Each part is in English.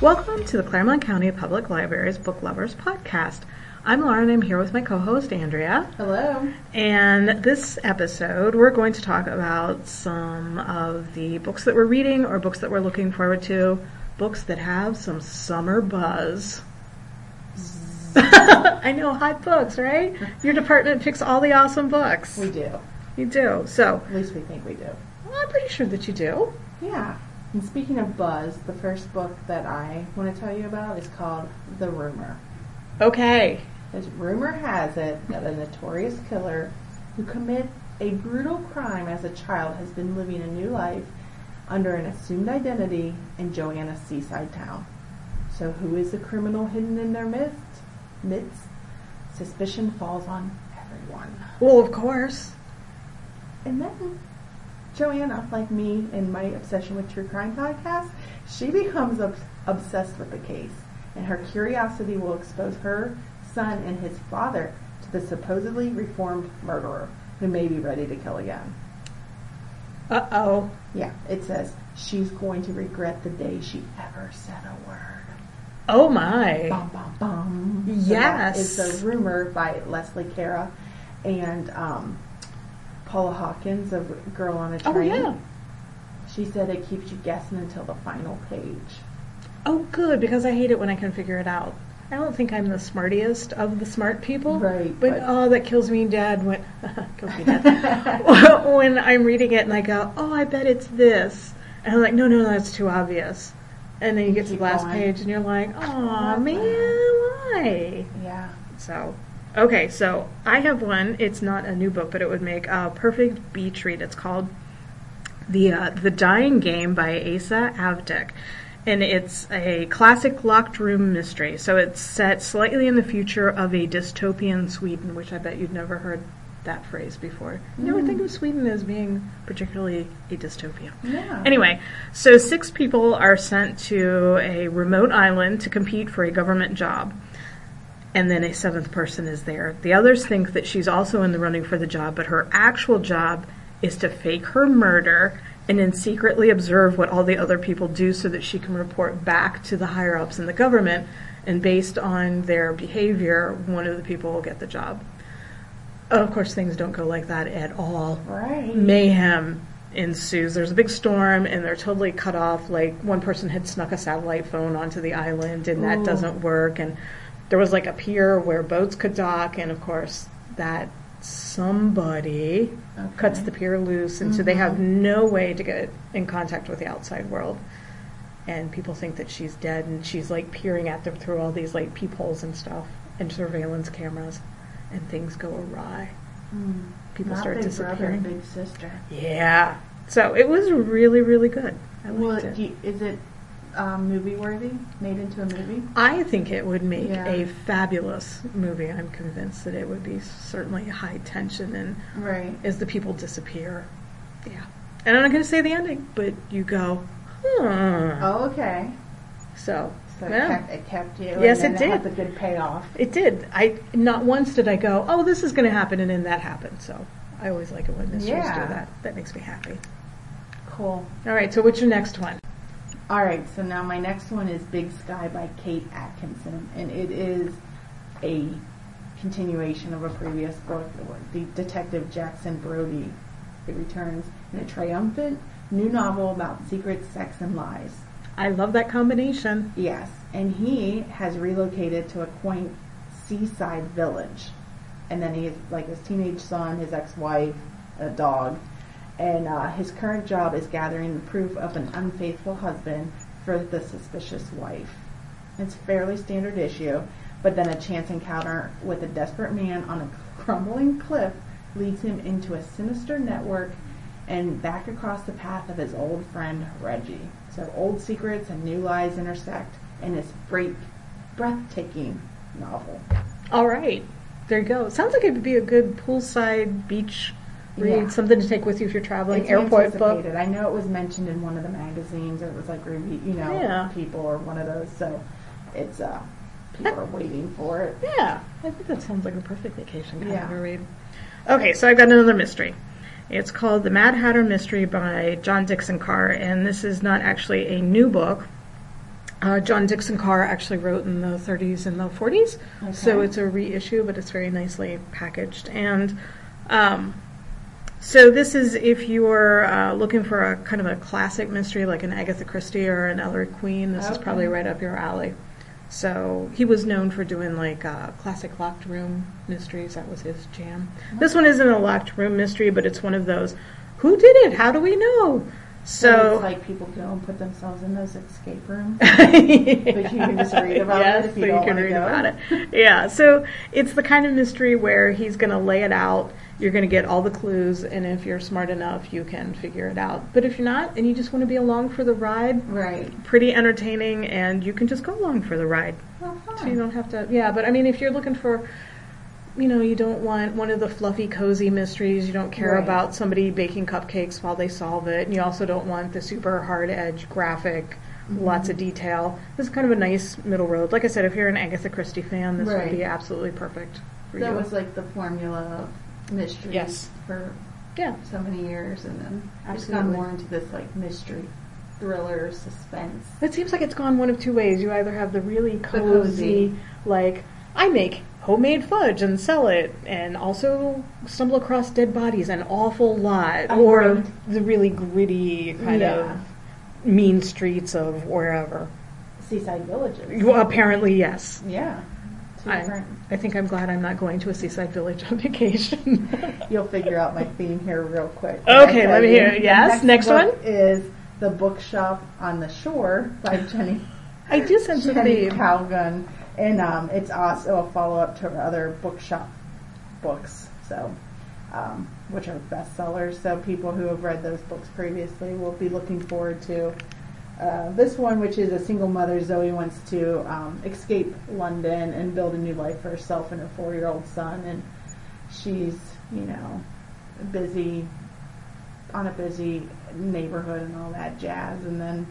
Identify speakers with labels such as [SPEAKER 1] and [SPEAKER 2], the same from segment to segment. [SPEAKER 1] Welcome to the Claremont County Public Library's Book Lovers Podcast. I'm Lauren, I'm here with my co host, Andrea.
[SPEAKER 2] Hello.
[SPEAKER 1] And this episode, we're going to talk about some of the books that we're reading or books that we're looking forward to, books that have some summer buzz. I know, hot books, right? Your department picks all the awesome books.
[SPEAKER 2] We do.
[SPEAKER 1] You do. So,
[SPEAKER 2] At least we think we do.
[SPEAKER 1] well, I'm pretty sure that you do.
[SPEAKER 2] Yeah. And speaking of buzz, the first book that I want to tell you about is called The Rumor.
[SPEAKER 1] Okay.
[SPEAKER 2] As rumor has it that a notorious killer who committed a brutal crime as a child has been living a new life under an assumed identity in Joanna's seaside town. So who is the criminal hidden in their midst? Midst? Suspicion falls on everyone.
[SPEAKER 1] Well, of course.
[SPEAKER 2] And then Joanna, like me and my obsession with true crime podcasts, she becomes obs- obsessed with the case, and her curiosity will expose her son and his father to the supposedly reformed murderer who may be ready to kill again.
[SPEAKER 1] Uh oh.
[SPEAKER 2] Yeah, it says she's going to regret the day she ever said a word.
[SPEAKER 1] Oh my.
[SPEAKER 2] Bum, bum, bum. So
[SPEAKER 1] Yes.
[SPEAKER 2] that is the rumor by Leslie Cara and um, Paula Hawkins of Girl on a
[SPEAKER 1] Oh
[SPEAKER 2] Train.
[SPEAKER 1] yeah.
[SPEAKER 2] She said it keeps you guessing until the final page.
[SPEAKER 1] Oh good, because I hate it when I can figure it out. I don't think I'm the smartiest of the smart people.
[SPEAKER 2] Right,
[SPEAKER 1] But,
[SPEAKER 2] but-
[SPEAKER 1] oh, that kills me dead when kills me dead when I'm reading it and I go, oh, I bet it's this, and I'm like, no, no, that's too obvious. And then you get to
[SPEAKER 2] Keep
[SPEAKER 1] the last
[SPEAKER 2] going.
[SPEAKER 1] page and you're like, oh
[SPEAKER 2] Yeah.
[SPEAKER 1] man, why?
[SPEAKER 2] Yeah.
[SPEAKER 1] So, okay, so I have one. It's not a new book, but it would make a perfect beach read. It's called the uh, the Dying Game by Asa Avdik, and it's a classic locked room mystery. So it's set slightly in the future of a dystopian Sweden, which I bet you'd never heard that phrase before. You never think of Sweden as being particularly a dystopia.
[SPEAKER 2] Yeah.
[SPEAKER 1] Anyway, so six people are sent to a remote island to compete for a government job. And then a seventh person is there. The others think that she's also in the running for the job, but her actual job is to fake her murder and then secretly observe what all the other people do so that she can report back to the higher ups in the government. And based on their behavior, one of the people will get the job. Of course, things don't go like that at all
[SPEAKER 2] Right.
[SPEAKER 1] mayhem ensues. There's a big storm, and they're totally cut off. Like one person had snuck a satellite phone onto the island, and that
[SPEAKER 2] Ooh.
[SPEAKER 1] doesn't work. And there was like a pier where boats could dock, and of course that somebody
[SPEAKER 2] Okay.
[SPEAKER 1] cuts the pier loose, and so they have no way to get in contact with the outside world. And people think that she's dead, and she's like peering at them through all these like peepholes and stuff, and surveillance cameras, and things go awry.
[SPEAKER 2] Mm.
[SPEAKER 1] People
[SPEAKER 2] Not
[SPEAKER 1] start
[SPEAKER 2] big brother,
[SPEAKER 1] disappearing.
[SPEAKER 2] big sister.
[SPEAKER 1] Yeah. So it was really, really good. I
[SPEAKER 2] Well,
[SPEAKER 1] liked it.
[SPEAKER 2] do you- is it um, movie worthy? Made into a movie?
[SPEAKER 1] I think it would make
[SPEAKER 2] Yeah.
[SPEAKER 1] a fabulous movie. I'm convinced that it would be certainly high tension and
[SPEAKER 2] Right.
[SPEAKER 1] as the people disappear. Yeah. And I'm not going to say the ending, but you go, hmm.
[SPEAKER 2] Oh, okay.
[SPEAKER 1] So,
[SPEAKER 2] So it,
[SPEAKER 1] yeah.
[SPEAKER 2] kept, it kept you. and
[SPEAKER 1] Yes,
[SPEAKER 2] then
[SPEAKER 1] it
[SPEAKER 2] It had the
[SPEAKER 1] did.
[SPEAKER 2] good payoff.
[SPEAKER 1] It did. I not once did I go, oh, this is going to happen, and then that happened. So I always like it when mysteries
[SPEAKER 2] Yeah.
[SPEAKER 1] do that. That makes me happy.
[SPEAKER 2] Cool.
[SPEAKER 1] All right. So what's your next one?
[SPEAKER 2] All right, so now my next one is Big Sky by Kate Atkinson, and it is a continuation of a previous book. The detective Jackson Brody it returns in a triumphant new novel about secret sex and lies.
[SPEAKER 1] I love that combination.
[SPEAKER 2] Yes, and he has relocated to a quaint seaside village. And then he has like his teenage son, his ex-wife, a dog, and uh, his current job is gathering the proof of an unfaithful husband for the suspicious wife. It's fairly standard issue, but then a chance encounter with a desperate man on a crumbling cliff leads him into a sinister network and back across the path of his old friend Reggie. So old secrets and new lies intersect in this break, breathtaking novel.
[SPEAKER 1] All right. There you go. Sounds like it would be a good poolside beach read,
[SPEAKER 2] Yeah.
[SPEAKER 1] something to take with you if you're traveling,
[SPEAKER 2] It's
[SPEAKER 1] airport book.
[SPEAKER 2] anticipated. I know it was mentioned in one of the magazines, or it was like review, you know,
[SPEAKER 1] Yeah.
[SPEAKER 2] people or one of those. So it's uh, people are waiting for it.
[SPEAKER 1] Yeah, I think that sounds like a perfect vacation kind of
[SPEAKER 2] Yeah.
[SPEAKER 1] a read. Okay, so I've got another mystery. It's called The Mad Hatter Mystery by John Dixon Carr, and this is not actually a new book. Uh, John Dixon Carr actually wrote in the 30s and the 40s, so
[SPEAKER 2] Okay.
[SPEAKER 1] it's a reissue, but it's very nicely packaged. And um, so this is if you are uh, looking for a kind of a classic mystery like an Agatha Christie or an Ellery Queen, this is
[SPEAKER 2] Okay.
[SPEAKER 1] probably right up your alley. So he was known for doing like uh, classic locked room mysteries. That was his jam. This one isn't a locked room mystery, but it's one of those. Who did it? How do we know? So,
[SPEAKER 2] it's like people go and put themselves in those escape rooms. But you can just read about
[SPEAKER 1] yes,
[SPEAKER 2] it if
[SPEAKER 1] so
[SPEAKER 2] you don't
[SPEAKER 1] can
[SPEAKER 2] wanna
[SPEAKER 1] read
[SPEAKER 2] go.
[SPEAKER 1] about it. Yeah, so it's the kind of mystery where he's going to lay it out. You're going to get all the clues, and if you're smart enough, you can figure it out. But if you're not, and you just want to be along for the ride,
[SPEAKER 2] Right.
[SPEAKER 1] pretty entertaining, and you can just go along for the ride.
[SPEAKER 2] Well,
[SPEAKER 1] So you
[SPEAKER 2] fine.
[SPEAKER 1] don't have to. Yeah, but I mean, if you're looking for, you know, you don't want one of the fluffy, cozy mysteries. You don't care
[SPEAKER 2] Right.
[SPEAKER 1] about somebody baking cupcakes while they solve it, and you also don't want the super hard edge graphic,
[SPEAKER 2] Mm-hmm.
[SPEAKER 1] lots of detail. This is kind of a nice middle road. Like I said, if you're an Agatha Christie fan, this
[SPEAKER 2] Right.
[SPEAKER 1] would be absolutely perfect for
[SPEAKER 2] That
[SPEAKER 1] you.
[SPEAKER 2] was like the formula of mysteries
[SPEAKER 1] Yes.
[SPEAKER 2] for
[SPEAKER 1] yeah,
[SPEAKER 2] so many years, and then it's gone
[SPEAKER 1] Absolutely.
[SPEAKER 2] more into this like mystery, thriller, suspense.
[SPEAKER 1] It seems like it's gone one of two ways. You either have the really cozy,
[SPEAKER 2] cozy.
[SPEAKER 1] like I make homemade fudge and sell it, and also stumble across dead bodies an awful lot,
[SPEAKER 2] Oh,
[SPEAKER 1] or
[SPEAKER 2] right.
[SPEAKER 1] the really gritty kind
[SPEAKER 2] Yeah.
[SPEAKER 1] of mean streets of wherever.
[SPEAKER 2] Seaside villages.
[SPEAKER 1] Well, apparently, yes.
[SPEAKER 2] Yeah. Two
[SPEAKER 1] I,
[SPEAKER 2] different.
[SPEAKER 1] I think I'm glad I'm not going to a seaside village on vacation.
[SPEAKER 2] You'll figure out my theme here real quick.
[SPEAKER 1] Okay,
[SPEAKER 2] I'll
[SPEAKER 1] let
[SPEAKER 2] tell
[SPEAKER 1] me
[SPEAKER 2] you.
[SPEAKER 1] hear it.
[SPEAKER 2] The
[SPEAKER 1] Yes, next
[SPEAKER 2] book is The Bookshop on the Shore by Jenny
[SPEAKER 1] I do sense that
[SPEAKER 2] Jenny
[SPEAKER 1] the
[SPEAKER 2] Cowgun, and um, it's also a follow up to her other bookshop books, so um, which are bestsellers. So people who have read those books previously will be looking forward to uh, this one, which is a single mother. Zoe wants to um, escape London and build a new life for herself and her four year old son, and she's you know busy on a busy neighborhood and all that jazz, and then.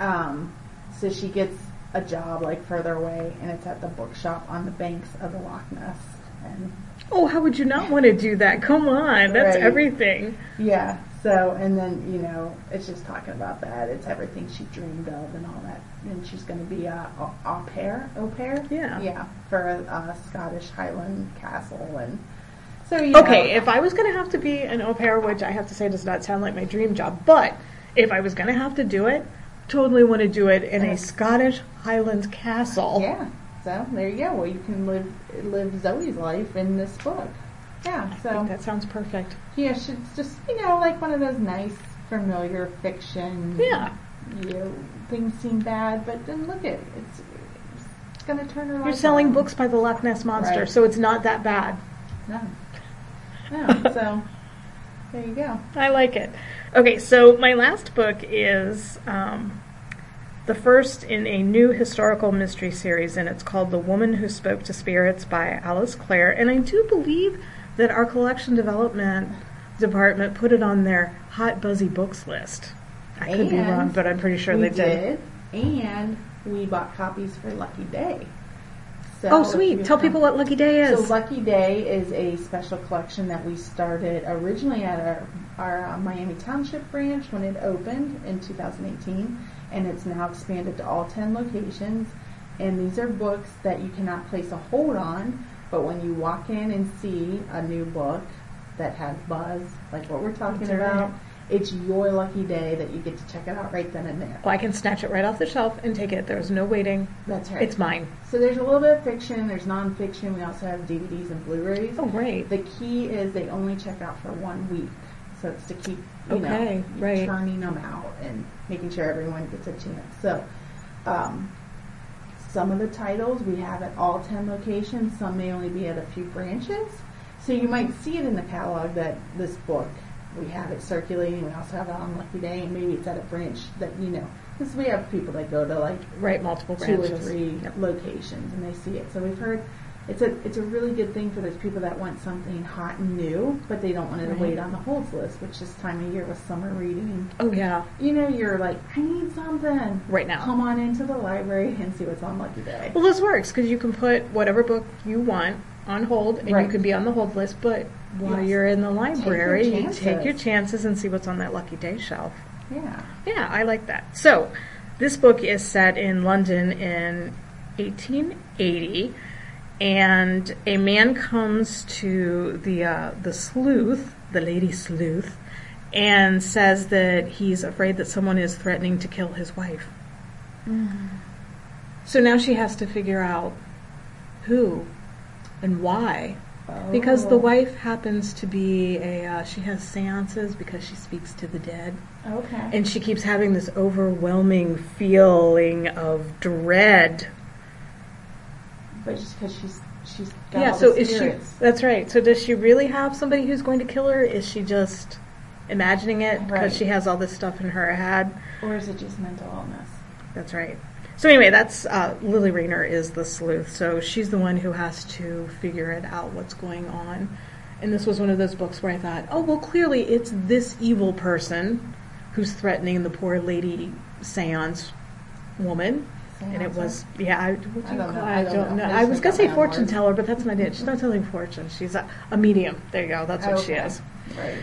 [SPEAKER 2] Um, so she gets a job like further away, and it's at the bookshop on the banks of the Loch Ness. And
[SPEAKER 1] oh, how would you not want to do that? Come on, that's
[SPEAKER 2] Right.
[SPEAKER 1] everything.
[SPEAKER 2] yeah, so and then you know it's just talking about that. It's everything she dreamed of and all that. And she's going to be a au au pair, au pair.
[SPEAKER 1] Yeah.
[SPEAKER 2] yeah, for a, a Scottish Highland castle. And so you
[SPEAKER 1] Okay,
[SPEAKER 2] know,
[SPEAKER 1] if I was going to have to be an au pair, which I have to say does not sound like my dream job, but if I was going to have to do it, totally want to do it in a
[SPEAKER 2] Uh,
[SPEAKER 1] Scottish Highland castle.
[SPEAKER 2] yeah. So there you go. Well, you can live live Zoe's life in this book. Yeah. So
[SPEAKER 1] I think that sounds perfect.
[SPEAKER 2] Yeah, she's just you know like one of those nice familiar fiction.
[SPEAKER 1] Yeah.
[SPEAKER 2] You know, things seem bad, but then look it, it's, it's gonna turn around.
[SPEAKER 1] You're selling books by the Loch Ness Monster,
[SPEAKER 2] Right.
[SPEAKER 1] so it's not that bad.
[SPEAKER 2] No. No. so there you go.
[SPEAKER 1] I like it. Okay, so my last book is um, the first in a new historical mystery series, and it's called The Woman Who Spoke to Spirits by Alice Clare. And I do believe that our collection development department put it on their hot, buzzy books list. I could be
[SPEAKER 2] And
[SPEAKER 1] wrong, but I'm pretty sure
[SPEAKER 2] we
[SPEAKER 1] they did.
[SPEAKER 2] And we bought copies for Lucky Day. So
[SPEAKER 1] Oh,
[SPEAKER 2] if you
[SPEAKER 1] sweet. Tell
[SPEAKER 2] come-
[SPEAKER 1] people what Lucky Day is.
[SPEAKER 2] So Lucky Day is a special collection that we started originally at our, our uh, Miami Township branch when it opened in 2018, and it's now expanded to all 10 locations. And these are books that you cannot place a hold on, but when you walk in and see a new book that has buzz, like what we're talking
[SPEAKER 1] That's right.
[SPEAKER 2] about, it's your lucky day that you get to check it out right then and there.
[SPEAKER 1] well, I can snatch it right off the shelf and take it. There's no waiting.
[SPEAKER 2] That's right.
[SPEAKER 1] It's mine.
[SPEAKER 2] so there's a little bit of fiction, there's nonfiction, we also have DVDs and Blu-rays.
[SPEAKER 1] Oh, great.
[SPEAKER 2] The key is they only check out for one week, so it's to keep you
[SPEAKER 1] Okay,
[SPEAKER 2] know
[SPEAKER 1] right.
[SPEAKER 2] turning them out and making sure everyone gets a chance. So, um, some of the titles we have at all ten locations. Some may only be at a few branches, so you might see it in the catalog that this book we have it circulating. We also have it on Lucky Day, and maybe it's at a branch that you know because we have people that go to like
[SPEAKER 1] Right, multiple
[SPEAKER 2] two
[SPEAKER 1] branches.
[SPEAKER 2] or three
[SPEAKER 1] Yep.
[SPEAKER 2] locations and they see it. So we've heard it's a it's a really good thing for those people that want something hot and new, but they don't want to
[SPEAKER 1] Right.
[SPEAKER 2] wait on the holds list, which this time of year with summer reading,
[SPEAKER 1] Oh, yeah.
[SPEAKER 2] you know, you're like, I need something
[SPEAKER 1] Right now.
[SPEAKER 2] Come on into the library and see what's on Lucky Day.
[SPEAKER 1] Well, this works because you can put whatever book you want on hold, and
[SPEAKER 2] Right.
[SPEAKER 1] you can be on the hold list. But while
[SPEAKER 2] Yes.
[SPEAKER 1] you're in the
[SPEAKER 2] your
[SPEAKER 1] library, you take
[SPEAKER 2] chances.
[SPEAKER 1] your chances and see what's on that lucky day shelf.
[SPEAKER 2] Yeah,
[SPEAKER 1] Yeah, I like that. So, This book is set in London in 1880, and a man comes to the uh, the sleuth, the lady sleuth, and says that he's afraid that someone is threatening to kill his wife. So now she has to figure out who and why. Because the
[SPEAKER 2] Oh.
[SPEAKER 1] wife happens to be a, uh, she has seances because she speaks to the dead.
[SPEAKER 2] Okay.
[SPEAKER 1] And she keeps having this overwhelming feeling of dread.
[SPEAKER 2] but just because she's she's got
[SPEAKER 1] yeah,
[SPEAKER 2] all
[SPEAKER 1] so
[SPEAKER 2] the
[SPEAKER 1] is she,
[SPEAKER 2] spirits.
[SPEAKER 1] that's right. So does she really have somebody who's going to kill her? Is she just imagining it because
[SPEAKER 2] Right.
[SPEAKER 1] she has all this stuff in her head?
[SPEAKER 2] or is it just mental illness?
[SPEAKER 1] That's right. So anyway, that's uh, Lily Rayner is the sleuth. So she's the one who has to figure it out what's going on. And this was one of those books where I thought, oh well, clearly it's this evil person who's threatening the poor lady seance woman. And it was, yeah, I, what do
[SPEAKER 2] Oh, I
[SPEAKER 1] you call
[SPEAKER 2] don't know.
[SPEAKER 1] it?
[SPEAKER 2] I
[SPEAKER 1] I
[SPEAKER 2] don't
[SPEAKER 1] don't know.
[SPEAKER 2] know. I
[SPEAKER 1] I was
[SPEAKER 2] just make
[SPEAKER 1] gonna
[SPEAKER 2] up
[SPEAKER 1] say
[SPEAKER 2] my own
[SPEAKER 1] fortune
[SPEAKER 2] words.
[SPEAKER 1] teller, but that's not it. She's not telling fortune. She's a, a medium. There you go. That's what she
[SPEAKER 2] Oh, Okay.
[SPEAKER 1] is.
[SPEAKER 2] Right.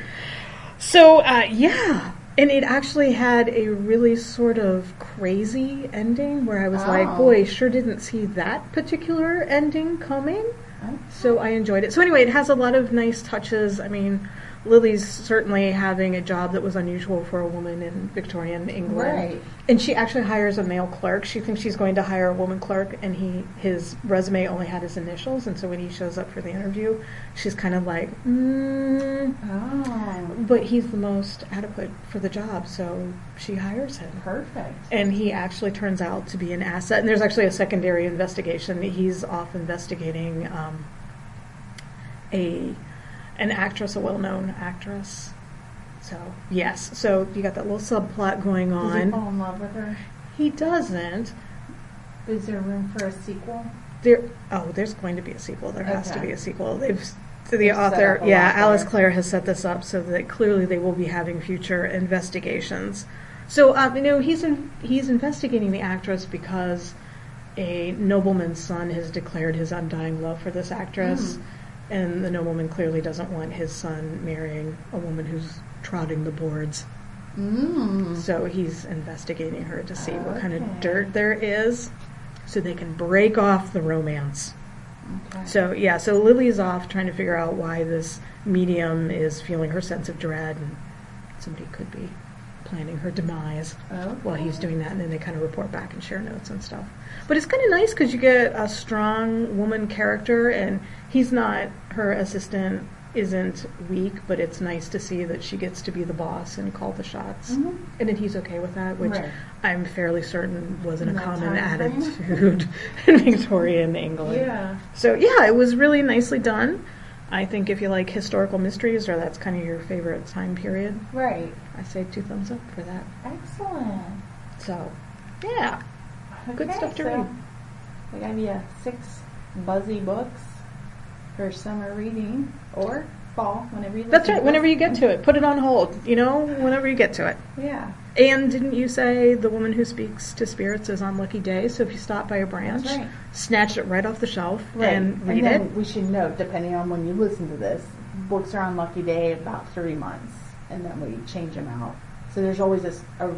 [SPEAKER 1] So uh, yeah, and it actually had a really sort of crazy ending where I was like,
[SPEAKER 2] Oh.
[SPEAKER 1] boy, sure didn't see that particular ending coming.
[SPEAKER 2] Oh.
[SPEAKER 1] So I enjoyed it. So anyway, it has a lot of nice touches. I mean, Lily's certainly having a job that was unusual for a woman in Victorian England.
[SPEAKER 2] Right.
[SPEAKER 1] And she actually hires a male clerk. She thinks she's going to hire a woman clerk, and he his resume only had his initials. And so when he shows up for the interview, she's kind of like, mm,
[SPEAKER 2] Oh,
[SPEAKER 1] but he's the most adequate for the job, so she hires him.
[SPEAKER 2] perfect.
[SPEAKER 1] And he actually turns out to be an asset. And there's actually a secondary investigation. He's off investigating um, a an actress, a well-known actress. So yes, so you got that little subplot going
[SPEAKER 2] Does he fall
[SPEAKER 1] on.
[SPEAKER 2] in love with her?
[SPEAKER 1] He doesn't.
[SPEAKER 2] Is there room for a sequel?
[SPEAKER 1] There. Oh, there's going to be a sequel. There has to
[SPEAKER 2] Okay.
[SPEAKER 1] be a sequel. They've the
[SPEAKER 2] They've set
[SPEAKER 1] author,
[SPEAKER 2] up a
[SPEAKER 1] yeah,
[SPEAKER 2] lot there.
[SPEAKER 1] Alice Clare has set this up so that clearly they will be having future investigations. So, um, you know, he's in, he's investigating the actress because a nobleman's son has declared his undying love for this actress,
[SPEAKER 2] Hmm.
[SPEAKER 1] and the nobleman clearly doesn't want his son marrying a woman who's trotting the boards.
[SPEAKER 2] Mm.
[SPEAKER 1] So he's investigating her to see what kind
[SPEAKER 2] Okay.
[SPEAKER 1] of dirt there is, so they can break off the romance.
[SPEAKER 2] Okay.
[SPEAKER 1] So yeah, so Lily's off trying to figure out why this medium is feeling her sense of dread, and somebody could be planning her demise
[SPEAKER 2] Okay.
[SPEAKER 1] while he's doing that. And then they kind of report back and share notes and stuff. But it's kind of nice because you get a strong woman character, and he's not her assistant isn't weak, but it's nice to see that she gets to be the boss and call the shots,
[SPEAKER 2] Mhm.
[SPEAKER 1] and then he's okay with that, Mm-hmm. which
[SPEAKER 2] Right.
[SPEAKER 1] I'm fairly certain wasn't
[SPEAKER 2] In
[SPEAKER 1] a
[SPEAKER 2] that
[SPEAKER 1] common
[SPEAKER 2] time frame?
[SPEAKER 1] attitude in Victorian England.
[SPEAKER 2] Yeah.
[SPEAKER 1] So yeah, it was really nicely done. I think if you like historical mysteries or that's kind of your favorite time period,
[SPEAKER 2] Right.
[SPEAKER 1] I say two thumbs up for that.
[SPEAKER 2] Excellent.
[SPEAKER 1] So yeah, Good
[SPEAKER 2] Okay,
[SPEAKER 1] stuff to
[SPEAKER 2] so
[SPEAKER 1] read.
[SPEAKER 2] We gave you six buzzy books for summer reading or fall, whenever you.
[SPEAKER 1] that's
[SPEAKER 2] listen
[SPEAKER 1] right.
[SPEAKER 2] to
[SPEAKER 1] Whenever
[SPEAKER 2] this.
[SPEAKER 1] you get to it, put it on hold. You know, whenever you get to it.
[SPEAKER 2] Yeah.
[SPEAKER 1] And didn't you say the woman who speaks to spirits is on Lucky Day? So if you stop by a branch,
[SPEAKER 2] right.
[SPEAKER 1] snatch it right off the shelf and read
[SPEAKER 2] then
[SPEAKER 1] it.
[SPEAKER 2] we should note, depending on when you listen to this, books are on Lucky Day about three months, and then we change them out. So there's always a, s- a-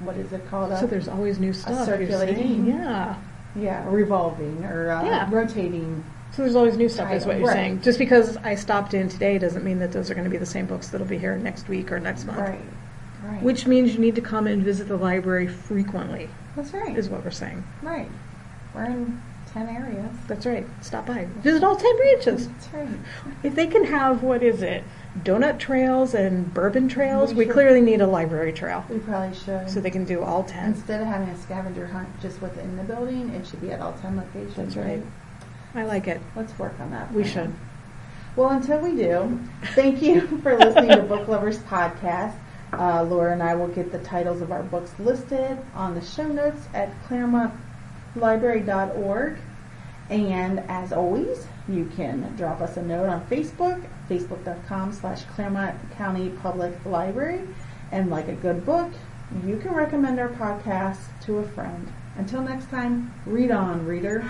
[SPEAKER 2] what is it called?
[SPEAKER 1] So
[SPEAKER 2] A-
[SPEAKER 1] there's always new stuff. you're
[SPEAKER 2] circulating.
[SPEAKER 1] saying. Yeah.
[SPEAKER 2] yeah, revolving or uh,
[SPEAKER 1] Yeah.
[SPEAKER 2] rotating.
[SPEAKER 1] So there's always new stuff, is what you're
[SPEAKER 2] Right.
[SPEAKER 1] saying. Just because I stopped in today doesn't mean that those are going to be the same books that'll be here next week or next month.
[SPEAKER 2] Right. Right.
[SPEAKER 1] Which means you need to come and visit the library frequently,
[SPEAKER 2] that's right.
[SPEAKER 1] is what we're saying.
[SPEAKER 2] right. We're in ten areas.
[SPEAKER 1] That's right. Stop by. Visit all 10 branches.
[SPEAKER 2] That's right.
[SPEAKER 1] If they can have, what is it, donut trails and bourbon trails, we
[SPEAKER 2] should-
[SPEAKER 1] clearly need a library trail
[SPEAKER 2] We probably should.
[SPEAKER 1] so they can do all 10.
[SPEAKER 2] Instead of having a scavenger hunt just within the building, it should be at all ten locations.
[SPEAKER 1] That's right. I like it.
[SPEAKER 2] Let's work on that.
[SPEAKER 1] We
[SPEAKER 2] plan.
[SPEAKER 1] should.
[SPEAKER 2] Well, until we do, thank you for listening to Book Lovers Podcast. Uh, Laura and I will get the titles of our books listed on the show notes at claremontlibrary.org. And as always, you can drop us a note on Facebook, facebook.com slash Claremont County Public Library. And like a good book, you can recommend our podcast to a friend. Until next time, read on, reader.